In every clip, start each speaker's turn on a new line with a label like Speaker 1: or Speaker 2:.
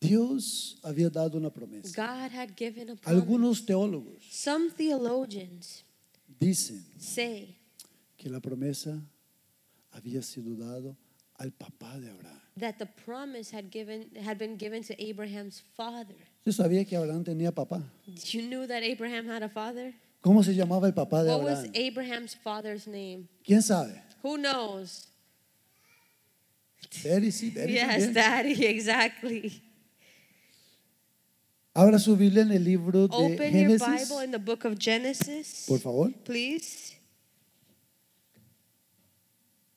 Speaker 1: Dios había dado una promesa.
Speaker 2: God had given a promise.
Speaker 1: Algunos teólogos
Speaker 2: Some theologians
Speaker 1: dicen
Speaker 2: say
Speaker 1: que la promesa había sido dado al papá de Abraham.
Speaker 2: that the promise had given had been given to Abraham's father.
Speaker 1: Yo sabía que Abraham tenía papá.
Speaker 2: Did You knew that Abraham had a father?
Speaker 1: ¿Cómo se llamaba el papá de
Speaker 2: What was
Speaker 1: Abraham?
Speaker 2: Abraham's father's name?
Speaker 1: ¿Quién sabe?
Speaker 2: Who knows?
Speaker 1: Daddy, sí, Daddy
Speaker 2: Yes,
Speaker 1: también.
Speaker 2: daddy, exactly.
Speaker 1: Abra su Biblia en el libro de
Speaker 2: Open your
Speaker 1: Génesis,
Speaker 2: Bible in the book of Genesis.
Speaker 1: por favor,
Speaker 2: Please.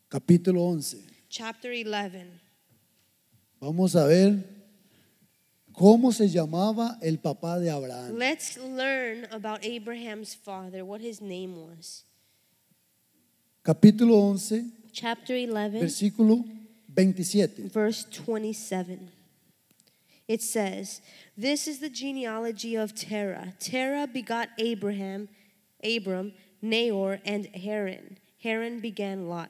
Speaker 1: capítulo 11.
Speaker 2: Chapter 11.
Speaker 1: Vamos a ver cómo se llamaba el papá de Abraham.
Speaker 2: Let's learn about Abraham's father, what his name was.
Speaker 1: Capítulo 11,
Speaker 2: Chapter 11.
Speaker 1: versículo 27.
Speaker 2: verse 27. It says, This is the genealogy of Terah. Terah begot Abraham, Abram, Nahor, and Haran. Haran began Lot.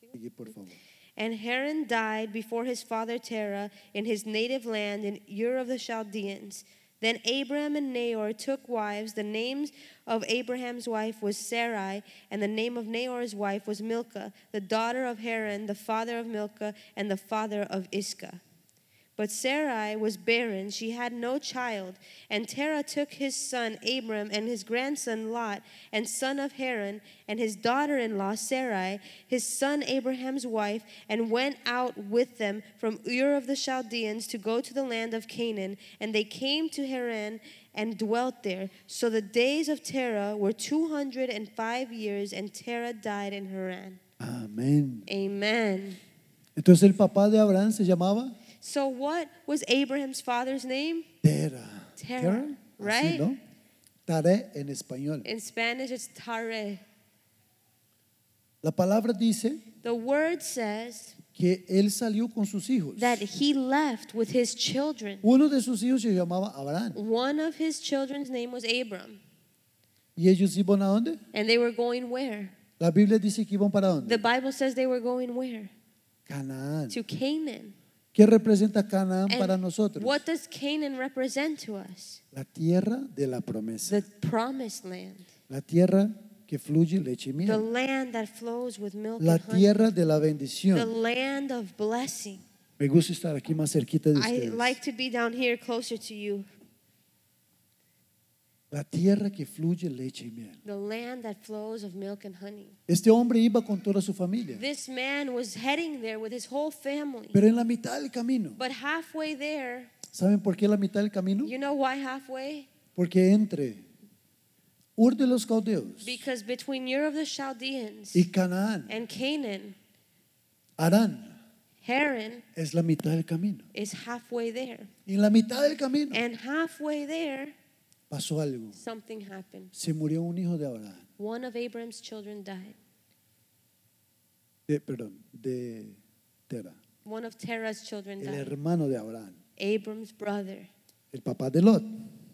Speaker 1: Sigue, por favor.
Speaker 2: And Haran died before his father Terah in his native land in Ur of the Chaldeans. Then Abram and Nahor took wives. The names of Abraham's wife was Sarai, and the name of Nahor's wife was Milcah, the daughter of Haran, the father of Milcah, and the father of Iscah. But Sarai was barren, she had no child. And Terah took his son Abram and his grandson Lot, and son of Haran, and his daughter in law Sarai, his son Abraham's wife, and went out with them from Ur of the Chaldeans to go to the land of Canaan. And they came to Haran and dwelt there. So the days of Terah were 205 years, and Terah died in Haran.
Speaker 1: Amén.
Speaker 2: Amen.
Speaker 1: Entonces el papá de Abraham se llamaba
Speaker 2: So, what was Abraham's father's name?
Speaker 1: Tera.
Speaker 2: Tera,
Speaker 1: Así,
Speaker 2: right?
Speaker 1: ¿no? Tare en español.
Speaker 2: In Spanish, it's tare.
Speaker 1: La palabra dice
Speaker 2: The word says
Speaker 1: que él salió con sus hijos.
Speaker 2: that he left with his children.
Speaker 1: Uno de sus hijos se llamaba Abraham.
Speaker 2: One of his children's name was Abram,
Speaker 1: ¿Y ellos iban a dónde?
Speaker 2: and they were going where?
Speaker 1: La Biblia dice que iban para dónde?
Speaker 2: The Bible says they were going where?
Speaker 1: Canaán.
Speaker 2: To Canaan.
Speaker 1: ¿Qué representa Canaán
Speaker 2: And
Speaker 1: para nosotros?
Speaker 2: what does Canaan represent to us?
Speaker 1: La tierra de la promesa.
Speaker 2: The promised land,
Speaker 1: La tierra que fluye leche y
Speaker 2: the
Speaker 1: miel.
Speaker 2: land that flows with milk
Speaker 1: La
Speaker 2: and honey,
Speaker 1: tierra de la
Speaker 2: the
Speaker 1: bendición.
Speaker 2: land of blessing.
Speaker 1: Me gusta estar aquí más cerquita de
Speaker 2: I
Speaker 1: ustedes.
Speaker 2: like to be down here closer to you.
Speaker 1: La tierra que fluye leche y miel.
Speaker 2: The land that flows of milk and honey.
Speaker 1: Este hombre iba con toda su familia,
Speaker 2: This man was heading there with his whole family.
Speaker 1: pero en la mitad del camino.
Speaker 2: But halfway there,
Speaker 1: ¿Saben por qué la mitad del camino?
Speaker 2: you know why halfway?
Speaker 1: Porque entre Ur de los Caldeos
Speaker 2: Because between Ur of the Chaldeans
Speaker 1: y Canaán,
Speaker 2: and Canaan,
Speaker 1: Arán
Speaker 2: Haran
Speaker 1: es la mitad del camino.
Speaker 2: is halfway there.
Speaker 1: Y en la mitad del camino
Speaker 2: And halfway there,
Speaker 1: pasó algo.
Speaker 2: something happened.
Speaker 1: Se murió un hijo de Abraham,
Speaker 2: One of Abraham's children died.
Speaker 1: de, perdón, de Tera,
Speaker 2: One of Terah's children
Speaker 1: el
Speaker 2: died.
Speaker 1: hermano de Abraham,
Speaker 2: Abram's brother,
Speaker 1: el papá de Lot.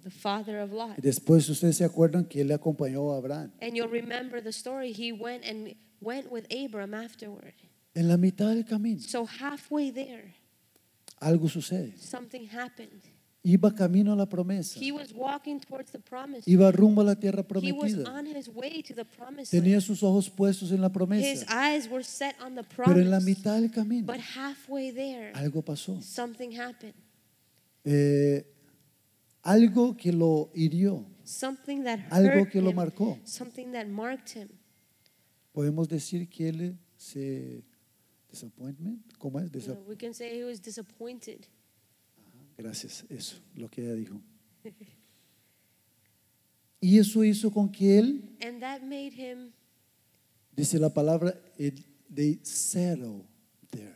Speaker 2: the father of Lot.
Speaker 1: Y Después ustedes se acuerdan que él le acompañó a Abraham.
Speaker 2: And you'll remember the story. He went and went with Abram afterward.
Speaker 1: En la mitad del camino
Speaker 2: So halfway there,
Speaker 1: algo sucede.
Speaker 2: something happened.
Speaker 1: Iba camino a la promesa,
Speaker 2: He was walking towards the promise.
Speaker 1: iba rumbo a la tierra
Speaker 2: He was
Speaker 1: prometida.
Speaker 2: on his way to the promised land.
Speaker 1: Tenía sus ojos puestos en la
Speaker 2: His
Speaker 1: promesa,
Speaker 2: eyes were set on the
Speaker 1: pero en la
Speaker 2: promise.
Speaker 1: mitad del camino
Speaker 2: But halfway there,
Speaker 1: algo pasó.
Speaker 2: something happened.
Speaker 1: Eh, algo que lo hirió,
Speaker 2: Something that
Speaker 1: algo
Speaker 2: hurt
Speaker 1: que lo
Speaker 2: him.
Speaker 1: marcó.
Speaker 2: Something that marked him.
Speaker 1: Podemos decir que él eh, se disappointment, ¿cómo es?
Speaker 2: You
Speaker 1: Desa-
Speaker 2: know, we can say he was disappointed.
Speaker 1: Gracias, eso, lo que ella dijo. Y eso hizo con que él,
Speaker 2: And that made him,
Speaker 1: dice la palabra, it- they settled there,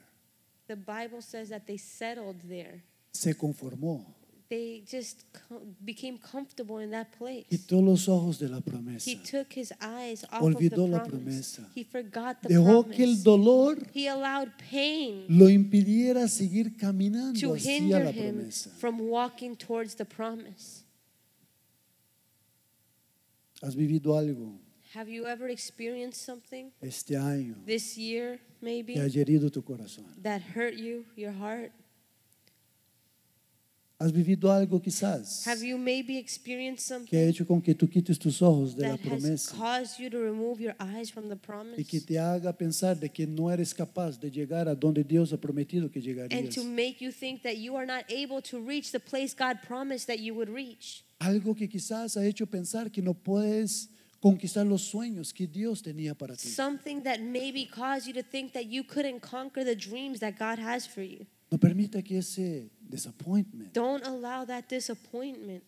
Speaker 2: the Bible says that they settled there.
Speaker 1: se conformó,
Speaker 2: They just co- became comfortable in that place.
Speaker 1: quitó los ojos de la promesa,
Speaker 2: He took his eyes off
Speaker 1: Olvidó la
Speaker 2: of the promise.
Speaker 1: promesa.
Speaker 2: He forgot the
Speaker 1: dejó
Speaker 2: promise.
Speaker 1: que el dolor
Speaker 2: he allowed pain
Speaker 1: lo impidiera seguir
Speaker 2: to
Speaker 1: caminando hacia
Speaker 2: hinder
Speaker 1: la
Speaker 2: him
Speaker 1: promesa.
Speaker 2: from walking towards the promise.
Speaker 1: ¿Has vivido algo
Speaker 2: Have you ever experienced something
Speaker 1: este año
Speaker 2: this year,
Speaker 1: que ha
Speaker 2: maybe,
Speaker 1: herido tu corazón?
Speaker 2: that hurt you, your heart?
Speaker 1: Has vivido algo quizás
Speaker 2: Have you maybe experienced something
Speaker 1: que ha hecho con que tú quites tus ojos de la
Speaker 2: that has
Speaker 1: promesa
Speaker 2: caused you to remove your eyes from the promise
Speaker 1: y que te haga pensar de que no eres capaz de llegar a donde Dios ha prometido que
Speaker 2: and
Speaker 1: llegarías.
Speaker 2: to make you think that you are not able to reach the place God promised that you would reach?
Speaker 1: Algo que quizás ha hecho pensar que no puedes conquistar los sueños que Dios tenía para ti.
Speaker 2: Something that maybe caused you to think that you couldn't conquer the dreams that God has for you.
Speaker 1: No permita que ese disappointment
Speaker 2: Don't allow that disappointment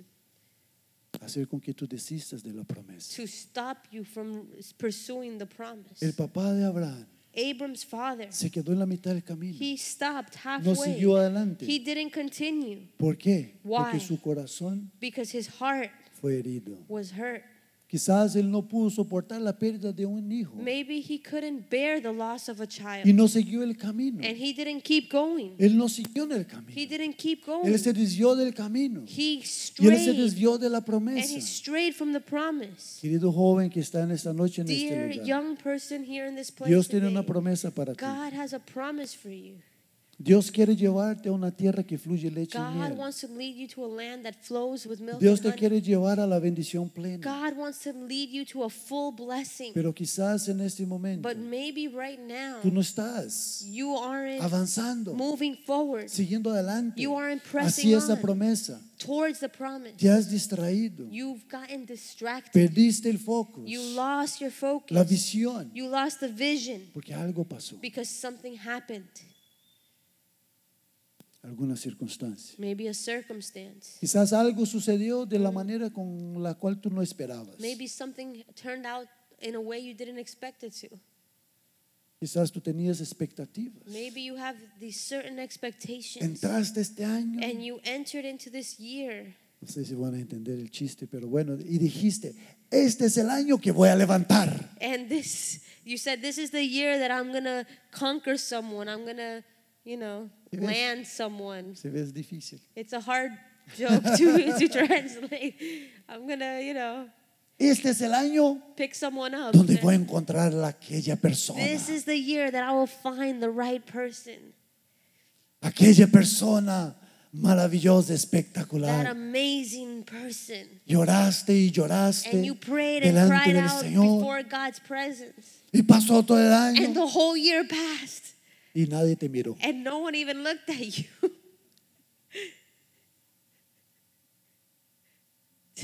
Speaker 1: hacer con que tú desistas de la promesa.
Speaker 2: to stop you from pursuing the promise.
Speaker 1: El papá de Abraham
Speaker 2: Abram's father,
Speaker 1: se quedó en la mitad del camino.
Speaker 2: he stopped
Speaker 1: No
Speaker 2: halfway.
Speaker 1: siguió adelante.
Speaker 2: He didn't continue
Speaker 1: ¿Por qué?
Speaker 2: Why?
Speaker 1: Porque su corazón
Speaker 2: because his heart
Speaker 1: fue herido.
Speaker 2: was hurt.
Speaker 1: Oh. Quizás él no pudo soportar la pérdida de un hijo
Speaker 2: Maybe he couldn't bear the loss of a
Speaker 1: y
Speaker 2: child
Speaker 1: no siguió el camino.
Speaker 2: and he didn't keep going.
Speaker 1: Él no siguió en el
Speaker 2: He
Speaker 1: camino.
Speaker 2: didn't keep going.
Speaker 1: Él se desvió del camino y
Speaker 2: He
Speaker 1: él se
Speaker 2: strayed
Speaker 1: desvió de la
Speaker 2: and he
Speaker 1: promesa.
Speaker 2: strayed from the promise.
Speaker 1: Querido joven que está en esta noche en
Speaker 2: Dear
Speaker 1: este lugar,
Speaker 2: young person here in this place,
Speaker 1: Dios tiene una
Speaker 2: today,
Speaker 1: promesa para ti.
Speaker 2: God has a promise for you.
Speaker 1: Dios quiere llevarte a una tierra que fluye leche y
Speaker 2: God
Speaker 1: miel.
Speaker 2: wants to lead you to a land that flows with milk
Speaker 1: Dios te
Speaker 2: and honey.
Speaker 1: quiere llevar a la bendición plena.
Speaker 2: God wants to lead you to a full blessing.
Speaker 1: Pero quizás en este momento
Speaker 2: But maybe right now,
Speaker 1: tú no estás
Speaker 2: you aren't
Speaker 1: avanzando,
Speaker 2: moving forward
Speaker 1: siguiendo adelante
Speaker 2: You aren't
Speaker 1: así
Speaker 2: pressing
Speaker 1: es la
Speaker 2: on.
Speaker 1: promesa.
Speaker 2: towards the promise.
Speaker 1: Te has distraído,
Speaker 2: You've gotten distracted.
Speaker 1: perdiste el foco,
Speaker 2: You lost your focus.
Speaker 1: la visión,
Speaker 2: You lost the vision
Speaker 1: porque algo pasó,
Speaker 2: because something happened.
Speaker 1: alguna circunstancia.
Speaker 2: Maybe a circumstance.
Speaker 1: Quizás algo sucedió de la manera con la cual tú no esperabas.
Speaker 2: Maybe something turned out in a way you didn't expect it to.
Speaker 1: Quizás tú tenías expectativas.
Speaker 2: Maybe you have these certain expectations.
Speaker 1: Entraste este año.
Speaker 2: And you entered into this year.
Speaker 1: No sé si van a entender el chiste, pero bueno, y dijiste, este es el año que voy a levantar.
Speaker 2: And this, you said, this is the year that I'm going to conquer someone. I'm going to, you know,
Speaker 1: It is.
Speaker 2: land someone.
Speaker 1: Se ve es difícil.
Speaker 2: It's a hard joke to, to translate. I'm going to, you know,
Speaker 1: Este es el año
Speaker 2: pick someone up.
Speaker 1: donde voy a encontrar a aquella persona.
Speaker 2: This is the year that I will find the right person.
Speaker 1: Aquella persona maravillosa,
Speaker 2: That
Speaker 1: espectacular.
Speaker 2: amazing person.
Speaker 1: Lloraste y lloraste
Speaker 2: And you prayed and
Speaker 1: delante
Speaker 2: cried
Speaker 1: del
Speaker 2: out
Speaker 1: Señor.
Speaker 2: before God's presence.
Speaker 1: Y pasó todo el
Speaker 2: And
Speaker 1: año
Speaker 2: the whole year passed.
Speaker 1: y nadie te miró.
Speaker 2: And no one even looked at you.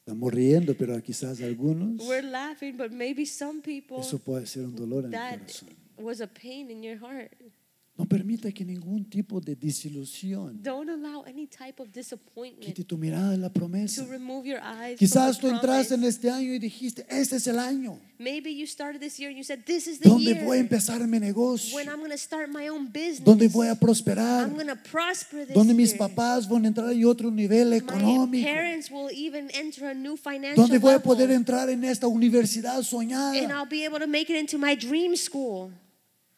Speaker 1: Estamos riendo, pero quizás algunos,
Speaker 2: We're laughing, but maybe some people.
Speaker 1: eso puede ser un dolor en el
Speaker 2: that
Speaker 1: corazón.
Speaker 2: was a pain in your heart.
Speaker 1: No permita que ningún tipo de desilusión
Speaker 2: Don't allow any type of disappointment
Speaker 1: Quite tu mirada de la
Speaker 2: to
Speaker 1: promesa.
Speaker 2: remove your eyes. from
Speaker 1: Quizás
Speaker 2: the
Speaker 1: tú
Speaker 2: promise.
Speaker 1: entraste en este año y dijiste, este es el año
Speaker 2: Maybe you started this year and you said, This is the
Speaker 1: donde voy a
Speaker 2: year
Speaker 1: empezar mi negocio,
Speaker 2: when I'm going to start my own business.
Speaker 1: donde voy a
Speaker 2: I'm
Speaker 1: prosperar,
Speaker 2: going to prosper this
Speaker 1: donde mis
Speaker 2: year.
Speaker 1: papás van a entrar en otro nivel
Speaker 2: my
Speaker 1: económico,
Speaker 2: parents will even enter a new financial
Speaker 1: donde voy a
Speaker 2: level,
Speaker 1: poder entrar en esta universidad
Speaker 2: and
Speaker 1: soñada.
Speaker 2: I'll be able to make it into my dream school.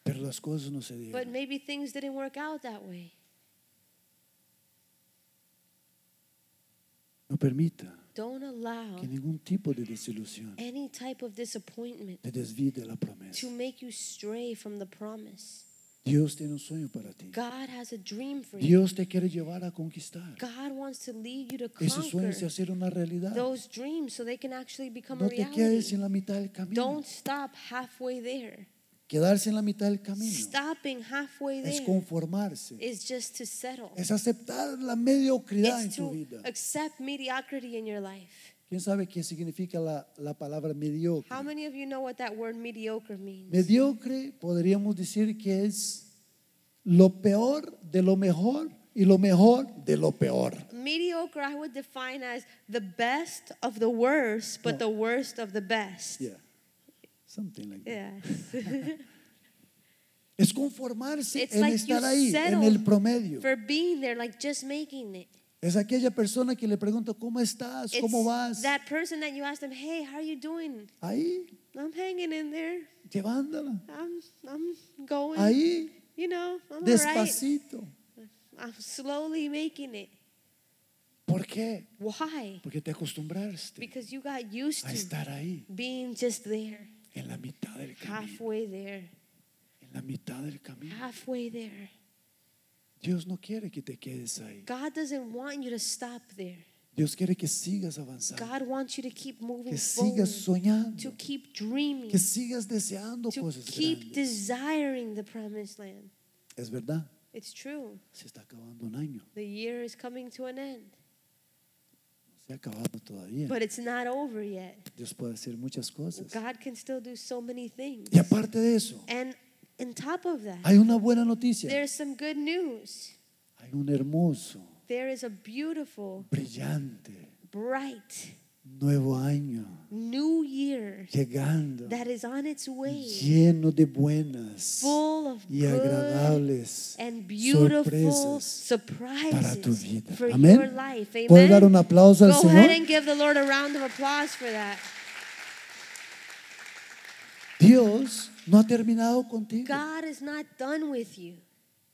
Speaker 1: Pero las cosas no se
Speaker 2: But
Speaker 1: dieron.
Speaker 2: maybe things didn't work out that way.
Speaker 1: No permita
Speaker 2: Don't allow
Speaker 1: que ningún tipo de desilusión
Speaker 2: any type of disappointment
Speaker 1: te desvíe de la promesa.
Speaker 2: to make you stray from the promise.
Speaker 1: Dios tiene un sueño para ti.
Speaker 2: God has a dream for you.
Speaker 1: Dios te quiere llevar a conquistar.
Speaker 2: God wants to lead you to
Speaker 1: Ese sueño
Speaker 2: conquer
Speaker 1: se hacer una realidad.
Speaker 2: those dreams so they can actually become a
Speaker 1: No te quedes
Speaker 2: reality.
Speaker 1: en la mitad del camino.
Speaker 2: Don't stop halfway there.
Speaker 1: Quedarse en la mitad del camino
Speaker 2: Stopping halfway
Speaker 1: es
Speaker 2: there
Speaker 1: conformarse,
Speaker 2: is just to settle.
Speaker 1: es aceptar la mediocridad en
Speaker 2: It's
Speaker 1: tu
Speaker 2: to
Speaker 1: vida.
Speaker 2: accept mediocrity in your life.
Speaker 1: ¿Quién sabe qué significa la, la palabra
Speaker 2: How
Speaker 1: mediocre?
Speaker 2: many of you know what that word mediocre means?
Speaker 1: Mediocre podríamos decir que es lo peor de lo mejor y lo mejor de lo peor.
Speaker 2: Mediocre, I would define as the best of the worst, but the worst of the best.
Speaker 1: Yeah. Something like that.
Speaker 2: Yes.
Speaker 1: Es conformarse
Speaker 2: It's
Speaker 1: en
Speaker 2: like you
Speaker 1: estar ahí, en
Speaker 2: settle
Speaker 1: el promedio.
Speaker 2: For being there, like just making it.
Speaker 1: Es aquella persona que le pregunta, ¿cómo estás? ¿Cómo
Speaker 2: It's
Speaker 1: vas?
Speaker 2: That person that you ask them, hey, how are you doing?
Speaker 1: Ahí,
Speaker 2: I'm hanging in there.
Speaker 1: llevándola.
Speaker 2: I'm I'm going.
Speaker 1: Ahí,
Speaker 2: you know, I'm alright.
Speaker 1: despacito.
Speaker 2: I'm slowly making it.
Speaker 1: ¿Por qué?
Speaker 2: Why?
Speaker 1: Porque te acostumbraste
Speaker 2: Because you got used
Speaker 1: a
Speaker 2: to
Speaker 1: estar ahí,
Speaker 2: being just there,
Speaker 1: en la mitad del camino,
Speaker 2: halfway there,
Speaker 1: en la mitad del camino.
Speaker 2: halfway there.
Speaker 1: Dios no quiere que te quedes ahí.
Speaker 2: God doesn't want you to stop there.
Speaker 1: Dios quiere que sigas avanzando,
Speaker 2: God wants you to keep moving
Speaker 1: que sigas
Speaker 2: forward, to
Speaker 1: soñando,
Speaker 2: keep dreaming,
Speaker 1: que sigas deseando
Speaker 2: to
Speaker 1: cosas
Speaker 2: keep
Speaker 1: grandes.
Speaker 2: desiring the promised land.
Speaker 1: Es verdad,
Speaker 2: It's true.
Speaker 1: se está acabando un año,
Speaker 2: The year is coming to an end,
Speaker 1: no se ha acabado todavía.
Speaker 2: but it's not over yet.
Speaker 1: Dios puede hacer muchas cosas.
Speaker 2: Pues, God can still do so many things.
Speaker 1: Y aparte de eso,
Speaker 2: And on top of that,
Speaker 1: hay una buena noticia.
Speaker 2: there's some good news.
Speaker 1: Hay un hermoso,
Speaker 2: There is a beautiful,
Speaker 1: brillante,
Speaker 2: bright
Speaker 1: nuevo año
Speaker 2: new year
Speaker 1: llegando,
Speaker 2: that is on its way,
Speaker 1: lleno de buenas
Speaker 2: full of
Speaker 1: y
Speaker 2: good
Speaker 1: agradables
Speaker 2: and beautiful
Speaker 1: sorpresas. para tu
Speaker 2: surprises
Speaker 1: vida.
Speaker 2: for
Speaker 1: Amén.
Speaker 2: your life.
Speaker 1: ¿Puedes dar un
Speaker 2: Amen.
Speaker 1: aplauso al
Speaker 2: Go ahead
Speaker 1: Señor?
Speaker 2: and give the Lord a round of applause for that.
Speaker 1: Dios no ha terminado contigo.
Speaker 2: God is not done with you.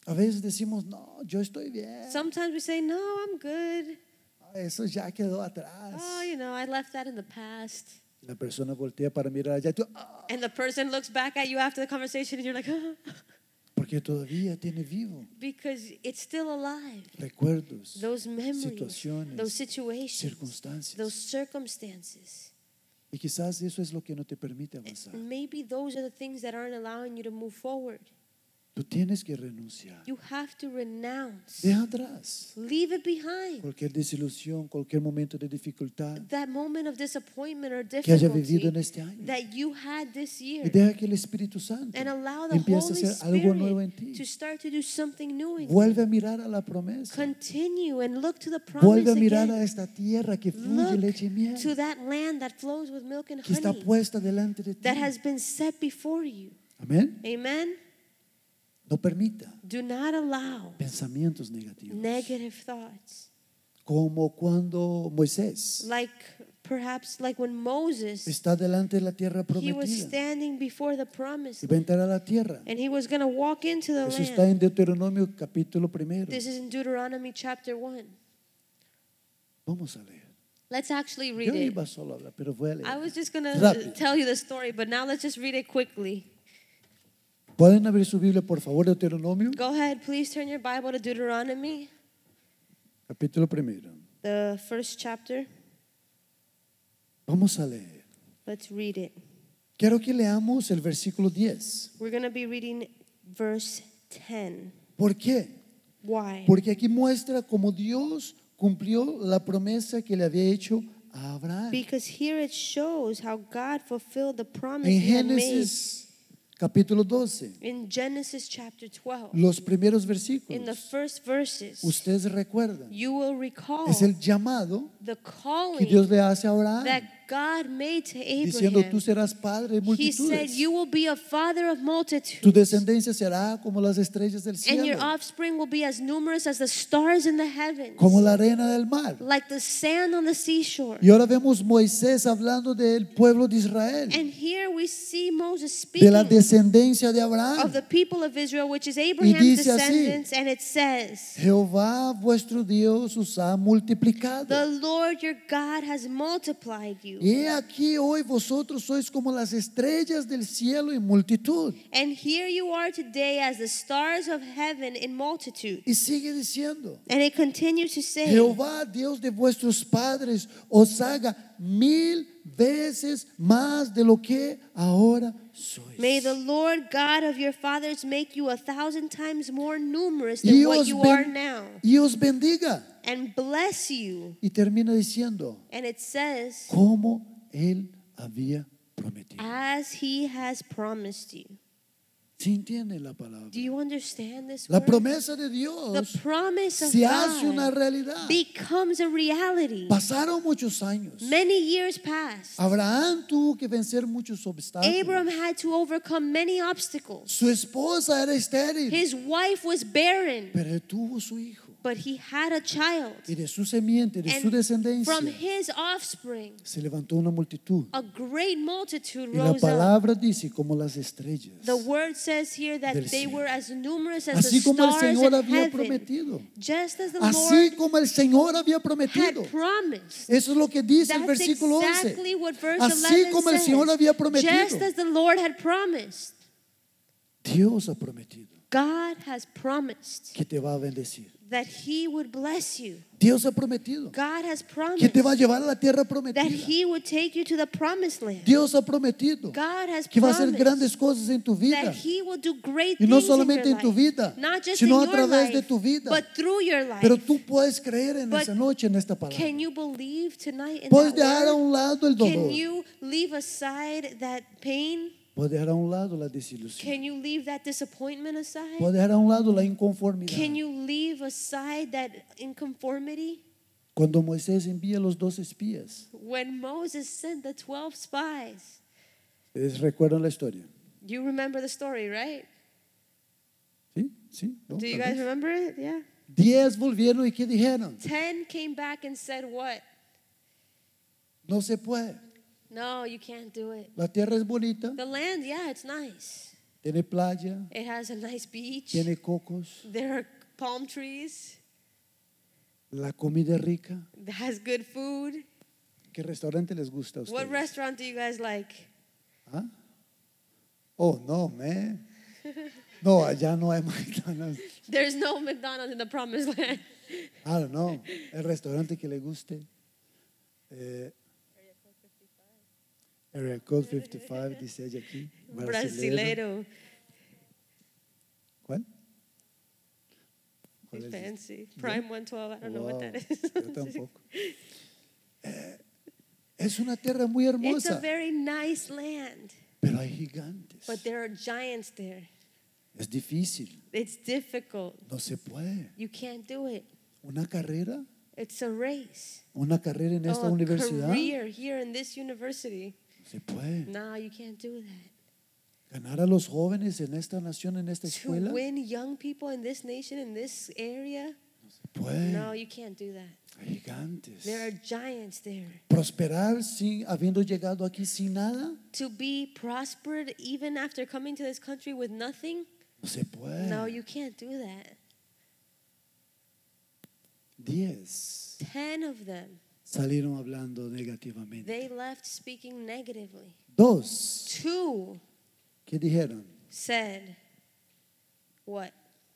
Speaker 1: A veces decimos, no, yo estoy bien. Ah,
Speaker 2: Sometimes we say, No, I'm good.
Speaker 1: Eso ya quedó atrás.
Speaker 2: Oh, you know, I left that in the past.
Speaker 1: La persona voltea para mirar allá. y tú, "Ah",
Speaker 2: And the person looks back at you after the conversation and you're like, huh?
Speaker 1: porque todavía tiene vivo
Speaker 2: Because it's still alive.
Speaker 1: recuerdos,
Speaker 2: Those memories,
Speaker 1: situaciones,
Speaker 2: those situations,
Speaker 1: circunstancias.
Speaker 2: those circumstances.
Speaker 1: Y quizás eso es lo que no te
Speaker 2: Eh,
Speaker 1: permite avanzar.
Speaker 2: Maybe those are the things that aren't allowing you to move forward.
Speaker 1: Tú tienes que renunciar.
Speaker 2: You have to renounce,
Speaker 1: Deja atrás
Speaker 2: leave it behind.
Speaker 1: cualquier desilusión, cualquier momento de dificultad
Speaker 2: That moment of disappointment or
Speaker 1: que haya vivido en
Speaker 2: difficulty
Speaker 1: este año.
Speaker 2: that you had this
Speaker 1: Y
Speaker 2: year.
Speaker 1: deja que el Espíritu Santo
Speaker 2: And allow the
Speaker 1: empiece a
Speaker 2: Holy
Speaker 1: hacer algo nuevo en
Speaker 2: Spirit
Speaker 1: ti.
Speaker 2: to start to do something new in you.
Speaker 1: Vuelve a mirar a la promesa.
Speaker 2: Continue and look to the promise
Speaker 1: Vuelve a mirar
Speaker 2: again.
Speaker 1: a esta tierra que fluye
Speaker 2: Look
Speaker 1: leche y miel,
Speaker 2: to that land that flows with milk and
Speaker 1: que está
Speaker 2: honey
Speaker 1: puesta delante de ti.
Speaker 2: that has been set before you.
Speaker 1: Amén.
Speaker 2: Amen.
Speaker 1: No permita
Speaker 2: Do not allow
Speaker 1: pensamientos negativos.
Speaker 2: negative thoughts.
Speaker 1: Como cuando Moisés
Speaker 2: Like perhaps like when Moses
Speaker 1: está delante de la tierra
Speaker 2: he was
Speaker 1: prometida
Speaker 2: standing before the promise
Speaker 1: y va a entrar a la tierra.
Speaker 2: and he was going to walk into the
Speaker 1: Eso está
Speaker 2: land.
Speaker 1: en Deuteronomio capítulo primero.
Speaker 2: This is in Deuteronomy chapter 1.
Speaker 1: Vamos a leer.
Speaker 2: Let's actually read
Speaker 1: Yo
Speaker 2: it.
Speaker 1: iba solo a hablar, pero voy a
Speaker 2: I
Speaker 1: leer.
Speaker 2: was just going to
Speaker 1: Rápido.
Speaker 2: tell you the story, but now let's just read it quickly.
Speaker 1: Pueden abrir su Biblia, por favor, Deuteronomio
Speaker 2: Go ahead, please turn your Bible to Deuteronomy,
Speaker 1: capítulo primero.
Speaker 2: the first chapter.
Speaker 1: Vamos a leer.
Speaker 2: Let's read it.
Speaker 1: Quiero que leamos el versículo 10.
Speaker 2: We're going to be reading verse 10.
Speaker 1: ¿Por qué?
Speaker 2: Why?
Speaker 1: Porque aquí muestra cómo Dios cumplió la promesa que le había hecho a Abraham.
Speaker 2: Because here it shows how God fulfilled the promise
Speaker 1: En
Speaker 2: he had made
Speaker 1: Génesis capítulo 12,
Speaker 2: in Genesis chapter 12.
Speaker 1: los primeros
Speaker 2: In the
Speaker 1: versículos,
Speaker 2: first verses,
Speaker 1: ustedes recuerdan,
Speaker 2: you will recall
Speaker 1: es el llamado
Speaker 2: the
Speaker 1: que Dios
Speaker 2: calling
Speaker 1: le hace a Abraham,
Speaker 2: that God made to
Speaker 1: diciendo tú
Speaker 2: Abraham.
Speaker 1: serás padre de
Speaker 2: He said,
Speaker 1: multitudes,
Speaker 2: You will be a father of
Speaker 1: tu
Speaker 2: multitudes,
Speaker 1: descendencia será como las estrellas del
Speaker 2: and your
Speaker 1: cielo,
Speaker 2: offspring will be as numerous as the stars in the heavens,
Speaker 1: como la arena del mar.
Speaker 2: like the sand on the seashore.
Speaker 1: Y ahora vemos Moisés hablando del pueblo de Israel,
Speaker 2: And here we see Moses
Speaker 1: de la
Speaker 2: speaking
Speaker 1: descendencia de Abraham.
Speaker 2: of the people of Israel, which is Abraham's
Speaker 1: dice así,
Speaker 2: descendants, and it says,
Speaker 1: Jehová vuestro Dios os ha
Speaker 2: The
Speaker 1: multiplicado.
Speaker 2: Lord your God has multiplied you.
Speaker 1: Y aquí hoy vosotros sois como las estrellas del cielo en multitud.
Speaker 2: And here you are today as the stars of heaven in multitude.
Speaker 1: Y sigue diciendo,
Speaker 2: And it continues to say,
Speaker 1: Jehová, Dios de vuestros padres, os haga mil veces más de lo que ahora sois.
Speaker 2: May the Lord God of your fathers make you a thousand times more numerous
Speaker 1: Y
Speaker 2: than what
Speaker 1: os,
Speaker 2: you
Speaker 1: ben-
Speaker 2: are now,
Speaker 1: y os bendiga.
Speaker 2: and bless you.
Speaker 1: Y termina diciendo,
Speaker 2: And it says,
Speaker 1: como él había prometido.
Speaker 2: As he has promised you.
Speaker 1: ¿Se entiende la palabra?
Speaker 2: Do you understand this?
Speaker 1: La
Speaker 2: word?
Speaker 1: promesa de
Speaker 2: the
Speaker 1: Dios
Speaker 2: promise of
Speaker 1: se hace una
Speaker 2: God
Speaker 1: realidad.
Speaker 2: becomes a reality.
Speaker 1: Pasaron muchos años.
Speaker 2: Many years passed.
Speaker 1: Abraham tuvo que vencer muchos obstáculos.
Speaker 2: Abram had to overcome many obstacles.
Speaker 1: Su esposa era estéril,
Speaker 2: His wife was barren,
Speaker 1: pero tuvo su hijo.
Speaker 2: but he had a child.
Speaker 1: Y de su semiente, de su
Speaker 2: And
Speaker 1: descendencia,
Speaker 2: from his offspring,
Speaker 1: se levantó una multitud.
Speaker 2: a great multitude
Speaker 1: Y la
Speaker 2: rose up.
Speaker 1: palabra dice como las estrellas.
Speaker 2: The word says here
Speaker 1: del
Speaker 2: that they
Speaker 1: cielo.
Speaker 2: were as numerous as the
Speaker 1: Así como el
Speaker 2: stars
Speaker 1: Señor
Speaker 2: in
Speaker 1: había
Speaker 2: heaven.
Speaker 1: prometido.
Speaker 2: Just as the
Speaker 1: Así
Speaker 2: Lord
Speaker 1: como el Señor había
Speaker 2: had
Speaker 1: prometido.
Speaker 2: promised.
Speaker 1: Eso es lo que dice el
Speaker 2: That's
Speaker 1: versículo 11.
Speaker 2: exactly what verse
Speaker 1: Así
Speaker 2: 11
Speaker 1: como el Señor
Speaker 2: says.
Speaker 1: había prometido.
Speaker 2: Just as the Lord had promised.
Speaker 1: Dios ha prometido.
Speaker 2: God has promised
Speaker 1: que te va a bendecir.
Speaker 2: that He would bless you.
Speaker 1: Dios ha prometido
Speaker 2: God has
Speaker 1: que
Speaker 2: promised
Speaker 1: te va a llevar a la tierra
Speaker 2: that
Speaker 1: prometida.
Speaker 2: He would take you to the promised land.
Speaker 1: Dios ha prometido
Speaker 2: God has
Speaker 1: que va a hacer
Speaker 2: promised
Speaker 1: grandes cosas en tu vida.
Speaker 2: that He will do great
Speaker 1: Y no
Speaker 2: things
Speaker 1: solamente
Speaker 2: in
Speaker 1: en
Speaker 2: your
Speaker 1: tu
Speaker 2: life,
Speaker 1: vida,
Speaker 2: not just
Speaker 1: sino
Speaker 2: in
Speaker 1: a
Speaker 2: your
Speaker 1: través
Speaker 2: life,
Speaker 1: de tu vida.
Speaker 2: but through your life.
Speaker 1: Pero tú puedes creer en
Speaker 2: But
Speaker 1: esa noche, en esta palabra.
Speaker 2: Can you believe tonight in
Speaker 1: Puedes
Speaker 2: that
Speaker 1: dejar a
Speaker 2: word?
Speaker 1: un lado el
Speaker 2: Can
Speaker 1: dolor.
Speaker 2: you leave aside that pain?
Speaker 1: Puedes dejar a un lado la desilusión.
Speaker 2: Can you leave that disappointment aside?
Speaker 1: Puedes dejar a un lado la inconformidad.
Speaker 2: Can you leave aside that inconformity?
Speaker 1: Cuando Moisés envía a los dos espías,
Speaker 2: When Moses sent the 12 spies,
Speaker 1: ¿ustedes recuerdan la historia?
Speaker 2: you remember the story, right?
Speaker 1: ¿Sí? ¿Sí? ¿No?
Speaker 2: Do
Speaker 1: ¿Tal
Speaker 2: you
Speaker 1: vez?
Speaker 2: guys remember it? Yeah.
Speaker 1: Diez volvieron y ¿qué dijeron?
Speaker 2: 10 came back and said, What?
Speaker 1: No se puede.
Speaker 2: No, you can't do it.
Speaker 1: La tierra es bonita,
Speaker 2: The land, yeah, it's nice.
Speaker 1: tiene playa,
Speaker 2: It has a nice beach.
Speaker 1: tiene cocos,
Speaker 2: There are palm trees.
Speaker 1: la comida es rica.
Speaker 2: It has good food.
Speaker 1: ¿Qué restaurante les gusta a
Speaker 2: What
Speaker 1: ustedes?
Speaker 2: restaurant do you guys like?
Speaker 1: ¿Ah? Oh, no, man. No, allá no hay McDonald's.
Speaker 2: There's no McDonald's in the promised land.
Speaker 1: I don't know. Ah, El restaurante que le guste. Eh, Area Code 55, dice ella aquí. Brasilero.
Speaker 2: Brasileiro.
Speaker 1: ¿Cuál? ¿Cuál
Speaker 2: Be
Speaker 1: es? este?
Speaker 2: fancy. Prime 112. I don't know what
Speaker 1: Wow,
Speaker 2: that is.
Speaker 1: Yo tampoco. Eh, es una tierra muy
Speaker 2: It's a
Speaker 1: hermosa,
Speaker 2: very nice land,
Speaker 1: pero hay gigantes.
Speaker 2: but there are giants there.
Speaker 1: Es difícil,
Speaker 2: It's difficult.
Speaker 1: no se puede.
Speaker 2: You can't do it.
Speaker 1: Una carrera,
Speaker 2: It's a race.
Speaker 1: una carrera en esta
Speaker 2: Oh, a
Speaker 1: universidad,
Speaker 2: career here in this university.
Speaker 1: no se puede.
Speaker 2: No, you can't do that.
Speaker 1: Ganar a los jóvenes en esta nación, en esta
Speaker 2: To
Speaker 1: escuela, no
Speaker 2: win young people in this nation, in this area,
Speaker 1: se puede.
Speaker 2: no, you can't do that.
Speaker 1: Hay gigantes.
Speaker 2: There are giants there.
Speaker 1: Prosperar sin habiendo llegado aquí sin nada,
Speaker 2: To be prospered even after coming to this country with nothing,
Speaker 1: no se puede.
Speaker 2: no, you can't do that.
Speaker 1: Diez
Speaker 2: Ten of them,
Speaker 1: salieron hablando negativamente.
Speaker 2: they left speaking negatively.
Speaker 1: Dos,
Speaker 2: Two
Speaker 1: ¿qué dijeron?
Speaker 2: said, What?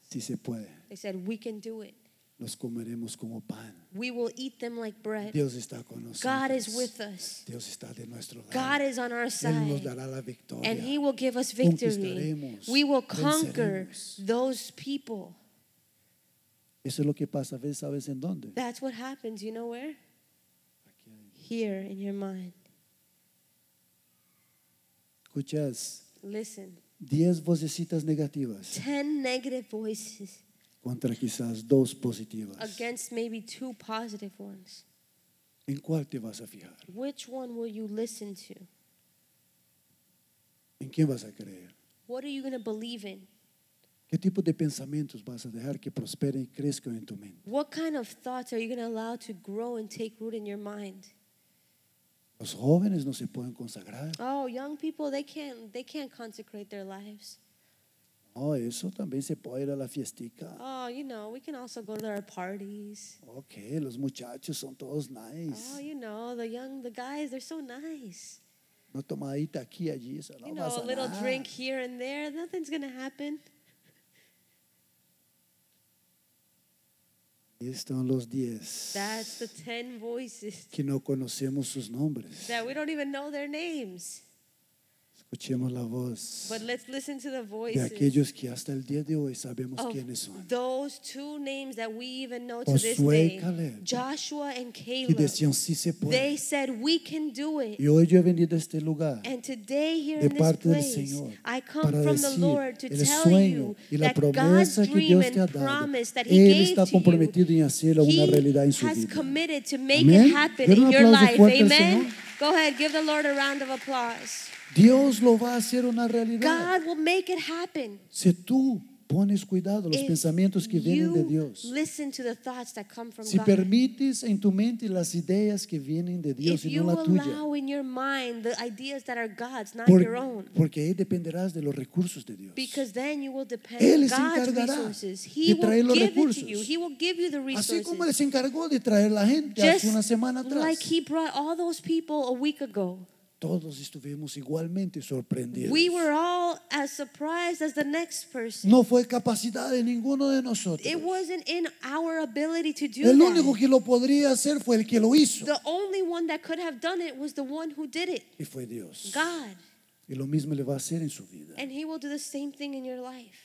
Speaker 1: Si se puede,
Speaker 2: They said, We can do it.
Speaker 1: los comeremos como pan.
Speaker 2: We will eat them like bread.
Speaker 1: Dios está con nosotros.
Speaker 2: God is with us,
Speaker 1: Dios está de nuestro lado.
Speaker 2: God is on our
Speaker 1: Él nos
Speaker 2: side.
Speaker 1: dará la victoria.
Speaker 2: and he will give us victory.
Speaker 1: Conquistaremos,
Speaker 2: We will conquer
Speaker 1: venceremos.
Speaker 2: those people.
Speaker 1: Eso es lo que pasa. a veces, ¿Sabes en dónde?
Speaker 2: That's what happens. You know where?
Speaker 1: Aquí hay-
Speaker 2: Here in your mind.
Speaker 1: Escuchas
Speaker 2: Listen.
Speaker 1: diez vocecitas negativas
Speaker 2: Ten negative voices
Speaker 1: contra quizás dos positivas.
Speaker 2: against maybe two positive ones.
Speaker 1: ¿En cuál te vas a fijar?
Speaker 2: Which one will you listen to?
Speaker 1: ¿En quién vas a creer?
Speaker 2: What are you going to believe in?
Speaker 1: ¿Qué tipo de pensamientos vas a dejar que prosperen y crezcan en tu mente?
Speaker 2: What kind of thoughts are you going to allow to grow and take root in your mind?
Speaker 1: Los jóvenes no se pueden consagrar.
Speaker 2: Oh, young people, they can't they can't consecrate their lives.
Speaker 1: No, eso también se puede ir a la fiestica.
Speaker 2: Oh, you know, we can also go to our parties.
Speaker 1: Ok, los muchachos son todos
Speaker 2: Oh,
Speaker 1: nice.
Speaker 2: you know, the young the guys, they're so nice.
Speaker 1: No tomadita aquí, allí, eso no
Speaker 2: you know,
Speaker 1: pasa
Speaker 2: a little
Speaker 1: nada.
Speaker 2: drink here and there, nothing's gonna happen.
Speaker 1: Ahí están los diez
Speaker 2: That's the ten voices
Speaker 1: que no conocemos sus nombres.
Speaker 2: that we don't even know their names.
Speaker 1: Escuchemos la voz
Speaker 2: But let's listen to
Speaker 1: de
Speaker 2: the voices
Speaker 1: aquellos que hasta el día de hoy sabemos
Speaker 2: of
Speaker 1: quiénes son.
Speaker 2: those two names that we even know Oh, to this
Speaker 1: Josué y
Speaker 2: day,
Speaker 1: Caleb,
Speaker 2: Joshua and
Speaker 1: que
Speaker 2: Caleb.
Speaker 1: decían sí se
Speaker 2: They
Speaker 1: puede.
Speaker 2: said, "We can do it."
Speaker 1: Y hoy yo he venido a este lugar
Speaker 2: And today here
Speaker 1: E de
Speaker 2: in this
Speaker 1: parte del
Speaker 2: place,
Speaker 1: Señor
Speaker 2: I come
Speaker 1: para
Speaker 2: from the
Speaker 1: decir
Speaker 2: Lord to
Speaker 1: el
Speaker 2: tell
Speaker 1: sueño
Speaker 2: you
Speaker 1: y la
Speaker 2: that
Speaker 1: promesa
Speaker 2: God's
Speaker 1: que
Speaker 2: dream
Speaker 1: Dios te ha
Speaker 2: and
Speaker 1: dado.
Speaker 2: promise that He
Speaker 1: Él
Speaker 2: gave
Speaker 1: está
Speaker 2: to you
Speaker 1: comprometido en hacerlo una realidad en
Speaker 2: He
Speaker 1: su
Speaker 2: has
Speaker 1: vida.
Speaker 2: committed to make
Speaker 1: Amén.
Speaker 2: it happen
Speaker 1: Denle un
Speaker 2: in your
Speaker 1: aplauso
Speaker 2: life.
Speaker 1: fuerte al
Speaker 2: Amen.
Speaker 1: Señor.
Speaker 2: Go ahead, give the Lord a round of applause.
Speaker 1: Dios lo va a hacer una realidad.
Speaker 2: God will make it happen.
Speaker 1: Si tú pones cuidado a los
Speaker 2: if
Speaker 1: pensamientos que vienen de
Speaker 2: Eh, you
Speaker 1: Dios,
Speaker 2: Listen to the thoughts that come from
Speaker 1: si
Speaker 2: God.
Speaker 1: permites en tu mente las ideas que vienen de Dios
Speaker 2: if
Speaker 1: y no
Speaker 2: you
Speaker 1: la tuya,
Speaker 2: allow in your mind the ideas that are God's, not
Speaker 1: por-
Speaker 2: your own,
Speaker 1: porque ahí dependerás de los recursos de Dios.
Speaker 2: because then you will depend
Speaker 1: Él
Speaker 2: on
Speaker 1: se
Speaker 2: God's
Speaker 1: encargará
Speaker 2: resources.
Speaker 1: de
Speaker 2: He
Speaker 1: traer
Speaker 2: will
Speaker 1: los
Speaker 2: give it to
Speaker 1: recursos.
Speaker 2: you. He will give you the
Speaker 1: Así como
Speaker 2: resources.
Speaker 1: él se encargó de traer la gente hace una
Speaker 2: Just
Speaker 1: semana atrás.
Speaker 2: like he brought all those people a week ago.
Speaker 1: todos estuvimos igualmente sorprendidos.
Speaker 2: We were all as surprised as the next person.
Speaker 1: No fue capacidad de ninguno de nosotros.
Speaker 2: It wasn't in our ability to do
Speaker 1: El único
Speaker 2: that.
Speaker 1: que lo podría hacer fue el que lo hizo.
Speaker 2: The only one that could have done it was the one who did it,
Speaker 1: Y fue Dios.
Speaker 2: God.
Speaker 1: Y lo mismo le va a hacer en su vida.
Speaker 2: And He will do the same thing in your life.